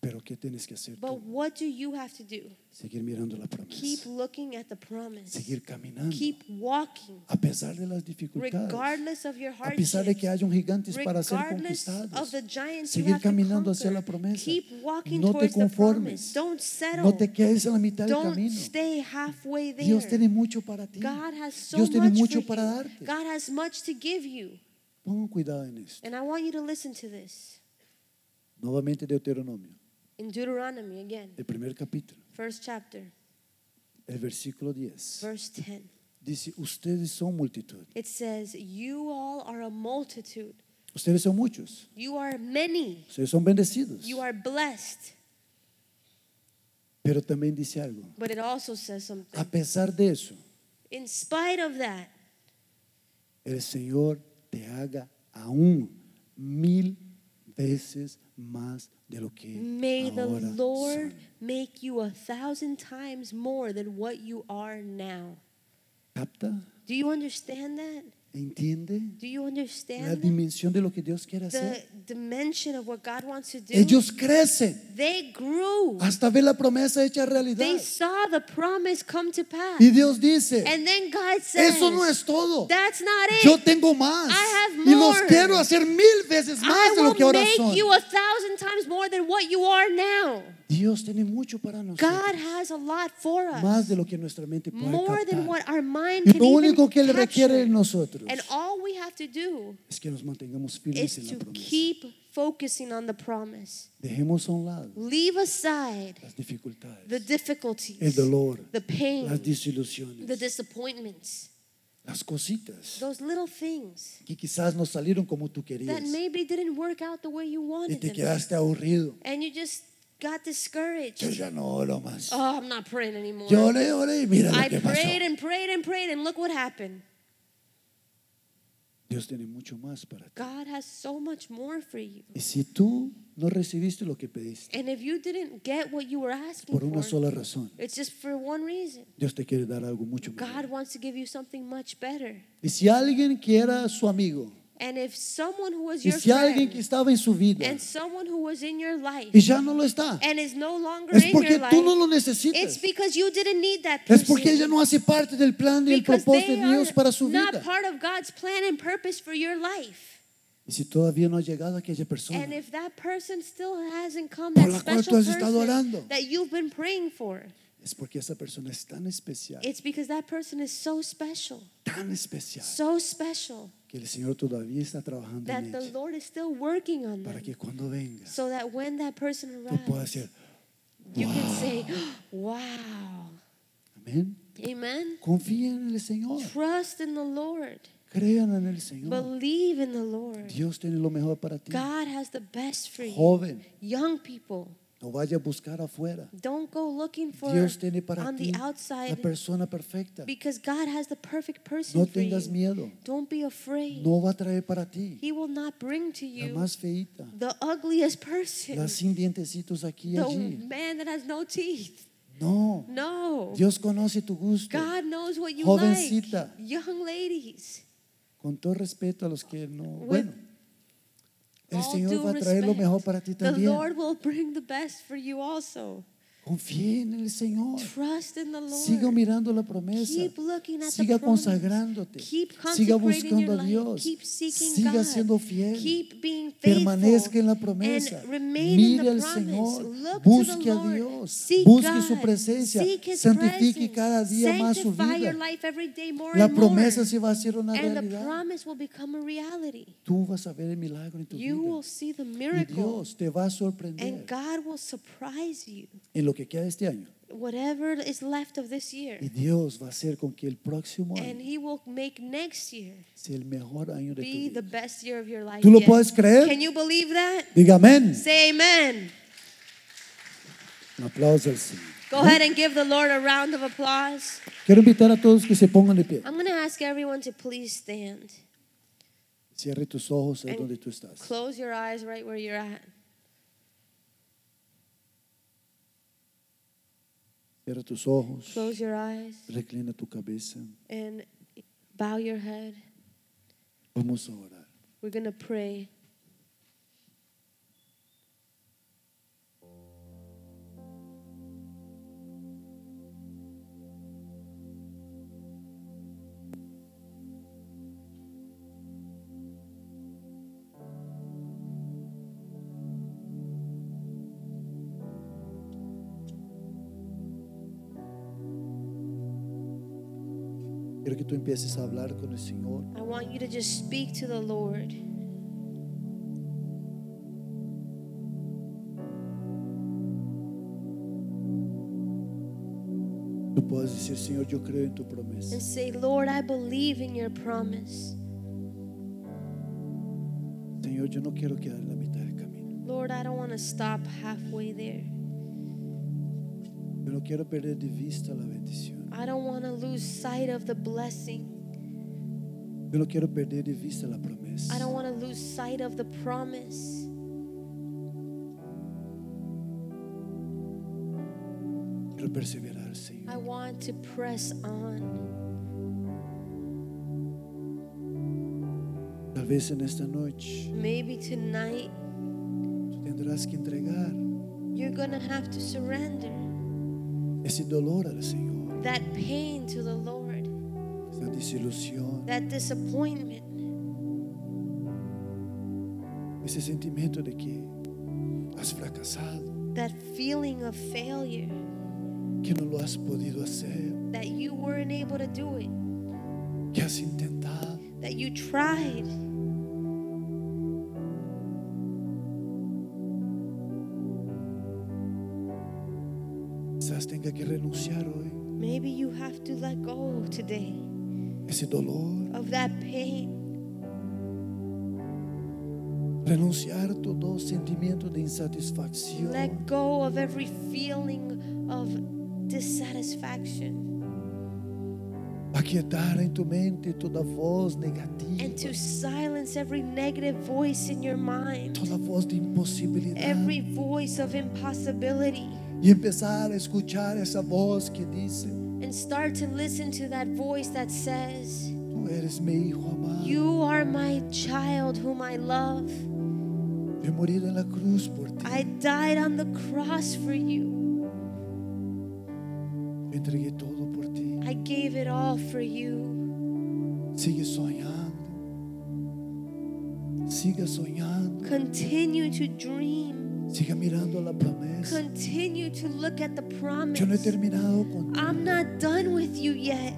Speaker 1: Pero ¿qué tienes que hacer
Speaker 2: But
Speaker 1: tú?
Speaker 2: what do you have to do?
Speaker 1: Seguir mirando la
Speaker 2: Keep
Speaker 1: promesa.
Speaker 2: looking at the promise.
Speaker 1: Seguir caminando.
Speaker 2: Keep walking,
Speaker 1: A pesar de las dificultades.
Speaker 2: regardless of your
Speaker 1: A pesar de
Speaker 2: hardships.
Speaker 1: que hayan gigantes para ser
Speaker 2: Regardless of
Speaker 1: conquistados.
Speaker 2: the giants you
Speaker 1: Seguir
Speaker 2: have to
Speaker 1: caminando hacia la
Speaker 2: conquer.
Speaker 1: promesa.
Speaker 2: Keep walking
Speaker 1: No te
Speaker 2: towards the
Speaker 1: conformes.
Speaker 2: promise. Don't settle.
Speaker 1: No te quedes en la mitad del
Speaker 2: Don't
Speaker 1: camino.
Speaker 2: stay halfway there.
Speaker 1: Dios tiene mucho para ti.
Speaker 2: God has so
Speaker 1: Dios tiene
Speaker 2: much
Speaker 1: mucho
Speaker 2: for
Speaker 1: para
Speaker 2: you.
Speaker 1: darte.
Speaker 2: God has much to give you.
Speaker 1: Pongan cuidado en esto.
Speaker 2: And I want you to listen to this.
Speaker 1: Nuevamente Deuteronomio,
Speaker 2: In Deuteronomy again,
Speaker 1: el primer capítulo,
Speaker 2: first chapter,
Speaker 1: el versículo 10.
Speaker 2: verse 10.
Speaker 1: Dice, ustedes son multitud.
Speaker 2: It says, "You all are a multitude.
Speaker 1: Ustedes son muchos.
Speaker 2: You are many.
Speaker 1: Ustedes son bendecidos.
Speaker 2: You are blessed."
Speaker 1: Pero también dice algo.
Speaker 2: But it also says
Speaker 1: A
Speaker 2: something.
Speaker 1: pesar de eso,
Speaker 2: In spite of that,
Speaker 1: el Señor te haga aún mil veces más de lo que
Speaker 2: May the
Speaker 1: ahora
Speaker 2: Lord
Speaker 1: son.
Speaker 2: make you a thousand times more than what you are now.
Speaker 1: ¿Capta?
Speaker 2: Do you understand that?
Speaker 1: ¿Entiende?
Speaker 2: Do you
Speaker 1: La
Speaker 2: understand that?
Speaker 1: dimensión de lo que Dios quiere
Speaker 2: the
Speaker 1: hacer.
Speaker 2: dimension of what God wants to do?
Speaker 1: Ellos crecen
Speaker 2: they grew.
Speaker 1: hasta ver la promesa hecha realidad.
Speaker 2: They saw the promise come to pass.
Speaker 1: Y Dios dice,
Speaker 2: And then God says,
Speaker 1: eso no es todo.
Speaker 2: That's not it.
Speaker 1: Yo tengo más.
Speaker 2: I have
Speaker 1: Y los
Speaker 2: more.
Speaker 1: quiero hacer mil veces
Speaker 2: I
Speaker 1: más de lo que
Speaker 2: will
Speaker 1: ahora
Speaker 2: make
Speaker 1: son.
Speaker 2: you a thousand times more than what you are now.
Speaker 1: Dios tiene mucho para nosotros.
Speaker 2: God has a lot for us.
Speaker 1: Más de lo que nuestra mente puede
Speaker 2: more
Speaker 1: captar.
Speaker 2: than what our mind
Speaker 1: Y
Speaker 2: can
Speaker 1: lo único
Speaker 2: even
Speaker 1: que le requiere de
Speaker 2: capture.
Speaker 1: nosotros
Speaker 2: And all we have to do
Speaker 1: es que nos mantengamos
Speaker 2: is
Speaker 1: firmes en
Speaker 2: to
Speaker 1: la promesa.
Speaker 2: keep focusing on the promise.
Speaker 1: Dejemos a un lado
Speaker 2: Leave aside
Speaker 1: las
Speaker 2: the
Speaker 1: dificultades, el
Speaker 2: difficulties,
Speaker 1: dolor,
Speaker 2: the
Speaker 1: las
Speaker 2: pain, the
Speaker 1: desilusiones,
Speaker 2: disappointments,
Speaker 1: las cositas
Speaker 2: those little things
Speaker 1: que quizás no salieron como tú querías
Speaker 2: that maybe didn't work out the way you
Speaker 1: y
Speaker 2: wanted
Speaker 1: te
Speaker 2: them.
Speaker 1: quedaste aburrido.
Speaker 2: And you just got
Speaker 1: Yo
Speaker 2: discouraged.
Speaker 1: ya no oro más.
Speaker 2: Oh, I'm not praying anymore.
Speaker 1: Yo oré, oré y mira
Speaker 2: I
Speaker 1: lo que pasó.
Speaker 2: prayed and prayed and prayed, and look what happened.
Speaker 1: Dios tiene mucho más para ti.
Speaker 2: God has so much more for you.
Speaker 1: Y si tú no recibiste lo que pediste
Speaker 2: And if you didn't get what you were asking
Speaker 1: por una
Speaker 2: for,
Speaker 1: sola razón,
Speaker 2: it's just for one reason.
Speaker 1: Dios te quiere dar algo mucho
Speaker 2: God
Speaker 1: mejor.
Speaker 2: wants to give you something much better.
Speaker 1: Y si alguien que era su amigo,
Speaker 2: And if someone who was
Speaker 1: y
Speaker 2: your
Speaker 1: si alguien que
Speaker 2: friend
Speaker 1: estaba en su vida
Speaker 2: and someone who was in your life
Speaker 1: y ya no lo está,
Speaker 2: and is no longer
Speaker 1: es
Speaker 2: in
Speaker 1: porque
Speaker 2: your
Speaker 1: tú no
Speaker 2: life,
Speaker 1: lo
Speaker 2: it's
Speaker 1: necesitas.
Speaker 2: because you didn't need that
Speaker 1: Es
Speaker 2: person.
Speaker 1: porque ella no hace parte del plan y el
Speaker 2: because
Speaker 1: propósito
Speaker 2: they
Speaker 1: de Dios
Speaker 2: are
Speaker 1: para su
Speaker 2: not
Speaker 1: vida.
Speaker 2: part of God's plan and purpose for your life.
Speaker 1: Y si todavía no ha llegado aquella
Speaker 2: And
Speaker 1: persona
Speaker 2: if that person still hasn't come,
Speaker 1: Por
Speaker 2: that
Speaker 1: la cual
Speaker 2: special
Speaker 1: tú has estado
Speaker 2: person
Speaker 1: orando.
Speaker 2: that you've been praying for,
Speaker 1: es porque esa persona es tan especial,
Speaker 2: it's because that person is so special,
Speaker 1: tan especial,
Speaker 2: so special
Speaker 1: que el Señor todavía está trabajando
Speaker 2: that
Speaker 1: en
Speaker 2: the
Speaker 1: ella
Speaker 2: Lord is still working on
Speaker 1: para
Speaker 2: them.
Speaker 1: que cuando venga
Speaker 2: So that when that person
Speaker 1: tú puedas
Speaker 2: arrives,
Speaker 1: decir,
Speaker 2: you can say, wow.
Speaker 1: amén.
Speaker 2: Amen.
Speaker 1: Confíen en el Señor,
Speaker 2: Trust in the Lord.
Speaker 1: crean en el Señor.
Speaker 2: Believe in the Lord.
Speaker 1: Dios tiene lo mejor para ti.
Speaker 2: God has the best for you.
Speaker 1: Joven,
Speaker 2: Young people,
Speaker 1: no vaya a buscar afuera.
Speaker 2: don't go looking for
Speaker 1: Dios tiene para
Speaker 2: on
Speaker 1: ti
Speaker 2: the
Speaker 1: la
Speaker 2: outside
Speaker 1: persona perfecta.
Speaker 2: because God has the perfect person
Speaker 1: No
Speaker 2: for you.
Speaker 1: tengas miedo.
Speaker 2: Don't be afraid.
Speaker 1: No va a traer para ti
Speaker 2: He will not bring to
Speaker 1: la
Speaker 2: you
Speaker 1: más feita,
Speaker 2: the ugliest person,
Speaker 1: la sin dientecitos aquí y
Speaker 2: the
Speaker 1: allí.
Speaker 2: man that has no teeth.
Speaker 1: No,
Speaker 2: No.
Speaker 1: Dios conoce tu gusto.
Speaker 2: God knows what you
Speaker 1: Jovencita.
Speaker 2: like. Young ladies.
Speaker 1: Con todo respeto a los que no.
Speaker 2: With
Speaker 1: Bueno, el
Speaker 2: all
Speaker 1: Señor
Speaker 2: due
Speaker 1: va a traer lo
Speaker 2: respect,
Speaker 1: mejor para ti
Speaker 2: The
Speaker 1: también.
Speaker 2: Lord will bring the best for you also.
Speaker 1: Confía en el Señor.
Speaker 2: Trust in the Lord.
Speaker 1: Siga mirando la promesa.
Speaker 2: Keep looking at the
Speaker 1: Siga
Speaker 2: promise.
Speaker 1: consagrándote.
Speaker 2: Keep
Speaker 1: Siga
Speaker 2: consecrating
Speaker 1: buscando
Speaker 2: your
Speaker 1: a
Speaker 2: life.
Speaker 1: Dios.
Speaker 2: Keep seeking
Speaker 1: Siga
Speaker 2: God.
Speaker 1: siendo fiel.
Speaker 2: Keep being faithful.
Speaker 1: Permanezca en la promesa.
Speaker 2: And remain in
Speaker 1: Mire
Speaker 2: the
Speaker 1: al
Speaker 2: promise.
Speaker 1: Señor.
Speaker 2: Look
Speaker 1: Busque
Speaker 2: to the
Speaker 1: a
Speaker 2: Lord.
Speaker 1: Dios.
Speaker 2: Seek
Speaker 1: Busque su
Speaker 2: God.
Speaker 1: presencia.
Speaker 2: Seek His
Speaker 1: Santifique
Speaker 2: presence.
Speaker 1: cada día más su
Speaker 2: Sanctify your
Speaker 1: vida.
Speaker 2: life every day more
Speaker 1: La
Speaker 2: and more.
Speaker 1: promesa se va a hacer una
Speaker 2: and the
Speaker 1: realidad.
Speaker 2: promise will become a reality.
Speaker 1: Tú vas a ver el milagro en tu
Speaker 2: You will
Speaker 1: vida.
Speaker 2: see the
Speaker 1: Y
Speaker 2: miracle.
Speaker 1: Dios te va a
Speaker 2: And
Speaker 1: sorprender
Speaker 2: God will surprise you.
Speaker 1: en lo que queda de este año.
Speaker 2: Whatever is left of this year.
Speaker 1: Y Dios va a hacer con que el próximo
Speaker 2: And
Speaker 1: año
Speaker 2: He will make next year
Speaker 1: sea el mejor año de tu
Speaker 2: be the
Speaker 1: vida.
Speaker 2: best year of your life.
Speaker 1: ¿Tú lo
Speaker 2: yet.
Speaker 1: puedes creer?
Speaker 2: Can you believe that?
Speaker 1: Diga amén.
Speaker 2: Say amen.
Speaker 1: Un aplauso al Señor.
Speaker 2: Go ahead and give the Lord a round of applause.
Speaker 1: Quiero invitar a todos que se pongan de pie.
Speaker 2: I'm going to ask everyone to please stand.
Speaker 1: Cierre tus ojos ahí
Speaker 2: And
Speaker 1: donde tú estás.
Speaker 2: Close your eyes right where you're at.
Speaker 1: Cierra tus ojos.
Speaker 2: Close your eyes
Speaker 1: Reclina tu cabeza.
Speaker 2: and bow your head.
Speaker 1: Vamos a orar.
Speaker 2: We're going to pray.
Speaker 1: Quiero que tú empieces a hablar con el Señor.
Speaker 2: I want you to just speak to the Lord.
Speaker 1: Tú puedes decir, Señor, yo creo en tu promesa.
Speaker 2: and say, Lord, I believe in your promise.
Speaker 1: Señor, yo no quiero quedar en la mitad del camino.
Speaker 2: Lord, I don't want to stop halfway there.
Speaker 1: Yo no quiero perder de vista la bendición.
Speaker 2: I don't want to lose sight of the blessing.
Speaker 1: Yo no quiero perder de vista la promesa.
Speaker 2: I don't want to lose sight of the promise.
Speaker 1: Quiero perseverar, Señor.
Speaker 2: I want to press on.
Speaker 1: Tal vez en esta noche
Speaker 2: Maybe tonight
Speaker 1: tú tendrás que entregar
Speaker 2: you're going to have to surrender
Speaker 1: ese dolor al Señor,
Speaker 2: that pain to the Lord,
Speaker 1: esa desilusión,
Speaker 2: that disappointment,
Speaker 1: ese sentimiento de que has fracasado,
Speaker 2: that feeling of failure,
Speaker 1: que no lo has podido hacer,
Speaker 2: that you weren't able to do it,
Speaker 1: que has intentado.
Speaker 2: that you tried.
Speaker 1: Quizás tenga que renunciar hoy
Speaker 2: Maybe you have to let go today
Speaker 1: ese dolor,
Speaker 2: of that pain.
Speaker 1: renunciar todo sentimiento de insatisfacción.
Speaker 2: Let go of every feeling of dissatisfaction
Speaker 1: Aquietar en tu mente toda voz negativa,
Speaker 2: and to silence every negative voice in your mind,
Speaker 1: toda voz de imposibilidad
Speaker 2: every voice of impossibility,
Speaker 1: y empezar a escuchar esa voz que dice,
Speaker 2: and start to listen to that voice that says,
Speaker 1: tú eres mi hijo amado.
Speaker 2: You are my child whom I love.
Speaker 1: He morido en la cruz por ti.
Speaker 2: I died on the cross for you,
Speaker 1: Me entregué todo por ti.
Speaker 2: I gave it all for you.
Speaker 1: Sigue soñando. Siga soñando.
Speaker 2: Continue to dream,
Speaker 1: Siga mirando la promesa.
Speaker 2: continue to look at the
Speaker 1: Yo no he
Speaker 2: promise.
Speaker 1: terminado con
Speaker 2: I'm not done with you yet.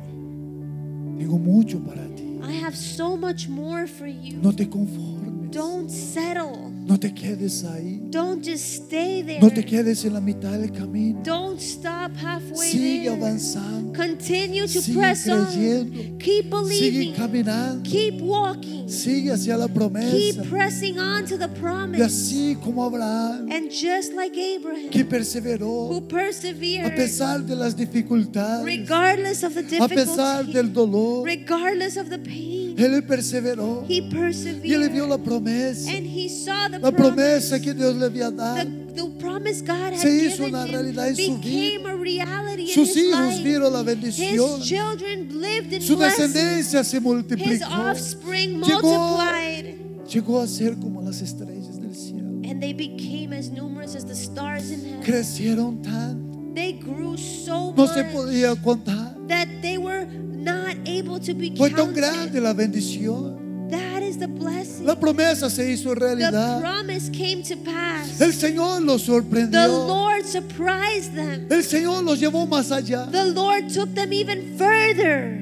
Speaker 1: Tengo mucho para ti.
Speaker 2: I have so much more for you.
Speaker 1: No te conformes.
Speaker 2: Don't settle.
Speaker 1: No te quedes ahí.
Speaker 2: Don't just stay there.
Speaker 1: No te quedes en la mitad del camino.
Speaker 2: Don't stop halfway
Speaker 1: Sigue
Speaker 2: there.
Speaker 1: avanzando.
Speaker 2: Continue to
Speaker 1: Sigue
Speaker 2: press on.
Speaker 1: creyendo.
Speaker 2: Keep
Speaker 1: Sigue
Speaker 2: believing.
Speaker 1: caminando.
Speaker 2: Keep walking.
Speaker 1: Sigue hacia la promesa.
Speaker 2: Keep pressing on to the
Speaker 1: Y
Speaker 2: promise.
Speaker 1: así como Abraham,
Speaker 2: And just like
Speaker 1: que
Speaker 2: Abraham, who
Speaker 1: perseveró a
Speaker 2: persevered
Speaker 1: pesar de las dificultades,
Speaker 2: regardless of the
Speaker 1: a pesar del
Speaker 2: difficulty,
Speaker 1: dolor,
Speaker 2: regardless of the pain,
Speaker 1: Él perseveró
Speaker 2: he
Speaker 1: y él vio
Speaker 2: persevered.
Speaker 1: la promesa,
Speaker 2: And he saw the
Speaker 1: la
Speaker 2: promise.
Speaker 1: promesa que Dios le había dado.
Speaker 2: The, the promise God had
Speaker 1: Se hizo
Speaker 2: given
Speaker 1: una
Speaker 2: him
Speaker 1: realidad en su vida.
Speaker 2: became a reality
Speaker 1: Sus
Speaker 2: in his
Speaker 1: hijos
Speaker 2: life.
Speaker 1: vieron la bendición,
Speaker 2: His children lived in
Speaker 1: su
Speaker 2: blessing.
Speaker 1: descendencia se
Speaker 2: His
Speaker 1: multiplicó,
Speaker 2: offspring
Speaker 1: Llegó-
Speaker 2: multiplied,
Speaker 1: llegó a ser como las estrellas del cielo.
Speaker 2: and they became as numerous as the stars in heaven.
Speaker 1: Crecieron tanto,
Speaker 2: They grew so
Speaker 1: no se
Speaker 2: much
Speaker 1: podía contar.
Speaker 2: that they were not able to be
Speaker 1: Fue tan
Speaker 2: counted.
Speaker 1: grande la bendición,
Speaker 2: That is the blessing.
Speaker 1: la promesa se hizo
Speaker 2: The
Speaker 1: realidad.
Speaker 2: promise came to pass.
Speaker 1: El Señor los
Speaker 2: The
Speaker 1: sorprendió,
Speaker 2: Lord surprised them.
Speaker 1: el Señor los llevó más allá.
Speaker 2: The Lord took them even further.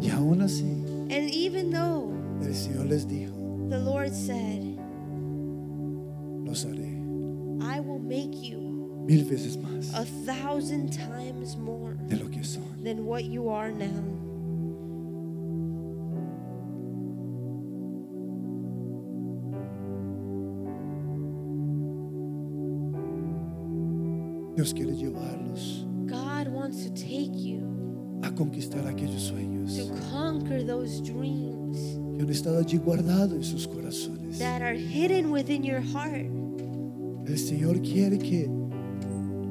Speaker 1: Y aún así,
Speaker 2: And even though
Speaker 1: el Señor les dijo,
Speaker 2: The Lord said,
Speaker 1: los haré
Speaker 2: I will make you
Speaker 1: mil veces más
Speaker 2: a thousand times more
Speaker 1: de lo que son.
Speaker 2: than what you are now.
Speaker 1: Dios quiere llevarlos
Speaker 2: God wants to take you
Speaker 1: a conquistar aquellos
Speaker 2: to
Speaker 1: sueños
Speaker 2: conquer those dreams
Speaker 1: que han estado allí guardados en sus corazones.
Speaker 2: that are hidden within your heart.
Speaker 1: El Señor quiere que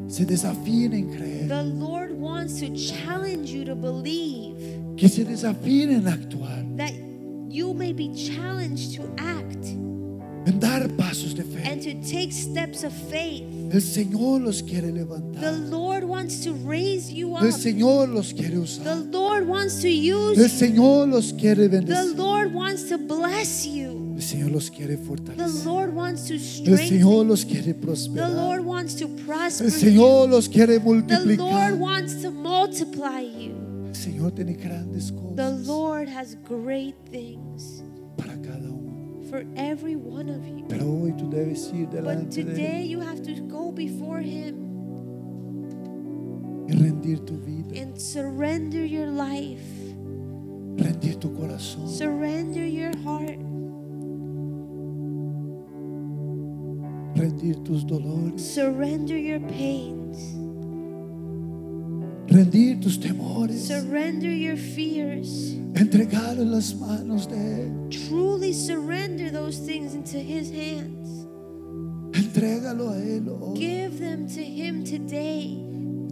Speaker 1: se desafíen en creer,
Speaker 2: The Lord wants to challenge you to believe
Speaker 1: que se desafíen en actuar,
Speaker 2: that you may be challenged to act
Speaker 1: en dar pasos de fe.
Speaker 2: and to take steps of faith.
Speaker 1: El Señor los quiere
Speaker 2: The
Speaker 1: levantar.
Speaker 2: Lord wants to raise you
Speaker 1: El
Speaker 2: up.
Speaker 1: Señor los quiere
Speaker 2: The
Speaker 1: usar.
Speaker 2: Lord wants to
Speaker 1: El
Speaker 2: use you.
Speaker 1: Señor los quiere
Speaker 2: The
Speaker 1: bendecir.
Speaker 2: Lord wants to bless you.
Speaker 1: El Señor los quiere
Speaker 2: The
Speaker 1: fortalecer.
Speaker 2: Lord wants to
Speaker 1: El
Speaker 2: strengthen. you.
Speaker 1: Señor los quiere
Speaker 2: The
Speaker 1: prosperar.
Speaker 2: Lord wants to prosper
Speaker 1: El
Speaker 2: you.
Speaker 1: Señor los quiere
Speaker 2: The Lord
Speaker 1: multiplicar.
Speaker 2: wants to multiply you.
Speaker 1: El Señor tiene grandes
Speaker 2: The
Speaker 1: cosas
Speaker 2: Lord has great things
Speaker 1: para cada uno.
Speaker 2: for every one of you.
Speaker 1: Pero hoy tú debes ir
Speaker 2: But
Speaker 1: delante de
Speaker 2: today
Speaker 1: Él
Speaker 2: you have to go before Him
Speaker 1: y rendir tu vida,
Speaker 2: and surrender your life,
Speaker 1: rendir tu corazón.
Speaker 2: surrender your heart,
Speaker 1: rendir tus dolores,
Speaker 2: surrender your pains,
Speaker 1: rendir tus temores,
Speaker 2: surrender your fears.
Speaker 1: entregar en las manos de Él,
Speaker 2: Truly surrender those things into His hands.
Speaker 1: entrégalo a Él. hoy.
Speaker 2: Give them to Him today.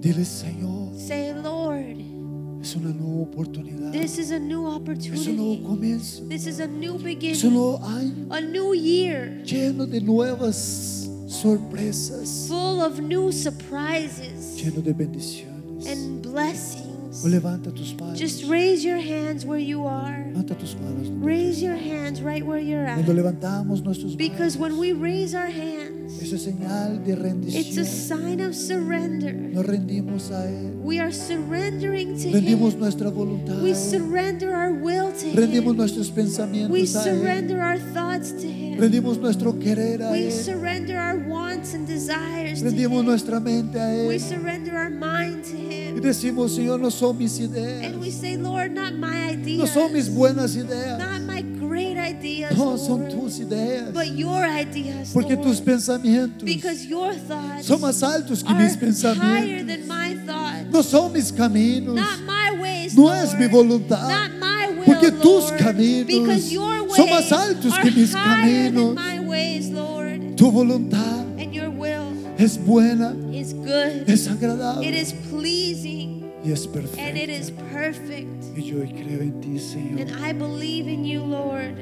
Speaker 1: Dile, Señor,
Speaker 2: Say, Lord,
Speaker 1: es una nueva oportunidad,
Speaker 2: this is a
Speaker 1: es
Speaker 2: new
Speaker 1: un nuevo
Speaker 2: opportunity.
Speaker 1: comienzo,
Speaker 2: This is a new
Speaker 1: es un
Speaker 2: beginning,
Speaker 1: nuevo año
Speaker 2: a new year
Speaker 1: lleno de nuevas sorpresas,
Speaker 2: full of new surprises
Speaker 1: lleno de bendiciones.
Speaker 2: and blessings.
Speaker 1: O levanta tus manos,
Speaker 2: Just raise your hands where you are.
Speaker 1: levanta tus manos.
Speaker 2: Raise your hands right where you're at.
Speaker 1: Cuando levantamos nuestros
Speaker 2: Because when
Speaker 1: manos,
Speaker 2: we raise our hands,
Speaker 1: eso es señal de
Speaker 2: it's a
Speaker 1: rendición.
Speaker 2: sign of surrender.
Speaker 1: Nos rendimos a Él,
Speaker 2: We are surrendering to
Speaker 1: rendimos
Speaker 2: Him.
Speaker 1: nuestra voluntad.
Speaker 2: We surrender our will to
Speaker 1: Rendimos
Speaker 2: Him.
Speaker 1: nuestros
Speaker 2: We
Speaker 1: pensamientos a Él.
Speaker 2: surrender our thoughts to Him.
Speaker 1: Rendimos nuestro querer a
Speaker 2: We
Speaker 1: Él.
Speaker 2: surrender our wants and desires to
Speaker 1: Rendimos
Speaker 2: Him.
Speaker 1: nuestra mente a
Speaker 2: We
Speaker 1: Él.
Speaker 2: surrender our mind to
Speaker 1: Y
Speaker 2: Him.
Speaker 1: decimos, Señor, no son mis ideas.
Speaker 2: And we say, Lord, not my
Speaker 1: No
Speaker 2: ideas,
Speaker 1: son mis buenas ideas.
Speaker 2: not my great ideas,
Speaker 1: No, son
Speaker 2: Lord,
Speaker 1: tus ideas.
Speaker 2: but your ideas,
Speaker 1: Porque tus
Speaker 2: Lord.
Speaker 1: pensamientos
Speaker 2: Because your thoughts
Speaker 1: son más altos que
Speaker 2: are
Speaker 1: mis
Speaker 2: higher
Speaker 1: pensamientos.
Speaker 2: than my thoughts.
Speaker 1: No son mis caminos.
Speaker 2: Not my ways,
Speaker 1: No
Speaker 2: Lord.
Speaker 1: es mi voluntad.
Speaker 2: Not my will,
Speaker 1: Porque tus
Speaker 2: Lord.
Speaker 1: caminos
Speaker 2: Because your ways
Speaker 1: son más altos
Speaker 2: are
Speaker 1: que mis
Speaker 2: higher
Speaker 1: caminos.
Speaker 2: than my ways, Lord.
Speaker 1: Tu voluntad
Speaker 2: And your will
Speaker 1: es buena,
Speaker 2: is good.
Speaker 1: es
Speaker 2: It
Speaker 1: agradable
Speaker 2: is pleasing
Speaker 1: y es
Speaker 2: and it is
Speaker 1: perfecta.
Speaker 2: perfect.
Speaker 1: Y yo creo en ti, Señor.
Speaker 2: And I believe in you, Lord.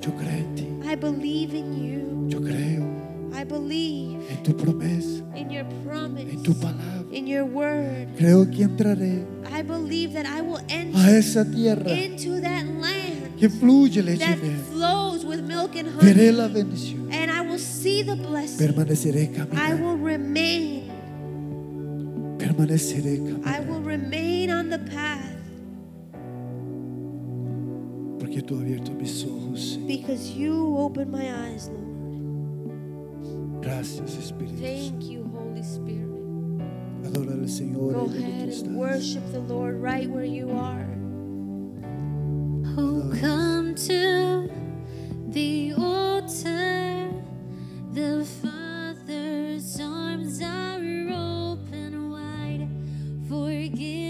Speaker 1: Yo creo en ti.
Speaker 2: I believe in you.
Speaker 1: Yo creo.
Speaker 2: I believe
Speaker 1: en tu promesa,
Speaker 2: in your promise,
Speaker 1: en tu palabra.
Speaker 2: in your word.
Speaker 1: Creo que entraré
Speaker 2: I believe that I will
Speaker 1: a
Speaker 2: enter
Speaker 1: esa tierra
Speaker 2: into that land
Speaker 1: que fluye leche y
Speaker 2: that
Speaker 1: miel.
Speaker 2: flows with milk and
Speaker 1: Veré la
Speaker 2: honey.
Speaker 1: bendición.
Speaker 2: And I will see the blessing.
Speaker 1: Permaneceré
Speaker 2: I
Speaker 1: caminando.
Speaker 2: will remain.
Speaker 1: Permaneceré
Speaker 2: I
Speaker 1: caminando.
Speaker 2: will remain on the path
Speaker 1: Porque tú has abierto mis ojos. Señor.
Speaker 2: because you opened my eyes, Lord.
Speaker 1: Gracias, Espíritu. Santo.
Speaker 2: Thank you, Holy Spirit.
Speaker 1: Adora al Señor. ahí
Speaker 2: Go
Speaker 1: donde tú
Speaker 2: ahead
Speaker 1: estás.
Speaker 2: and worship the Lord right where you are. Oh, come to the altar. The Father's arms are open wide. Forgive.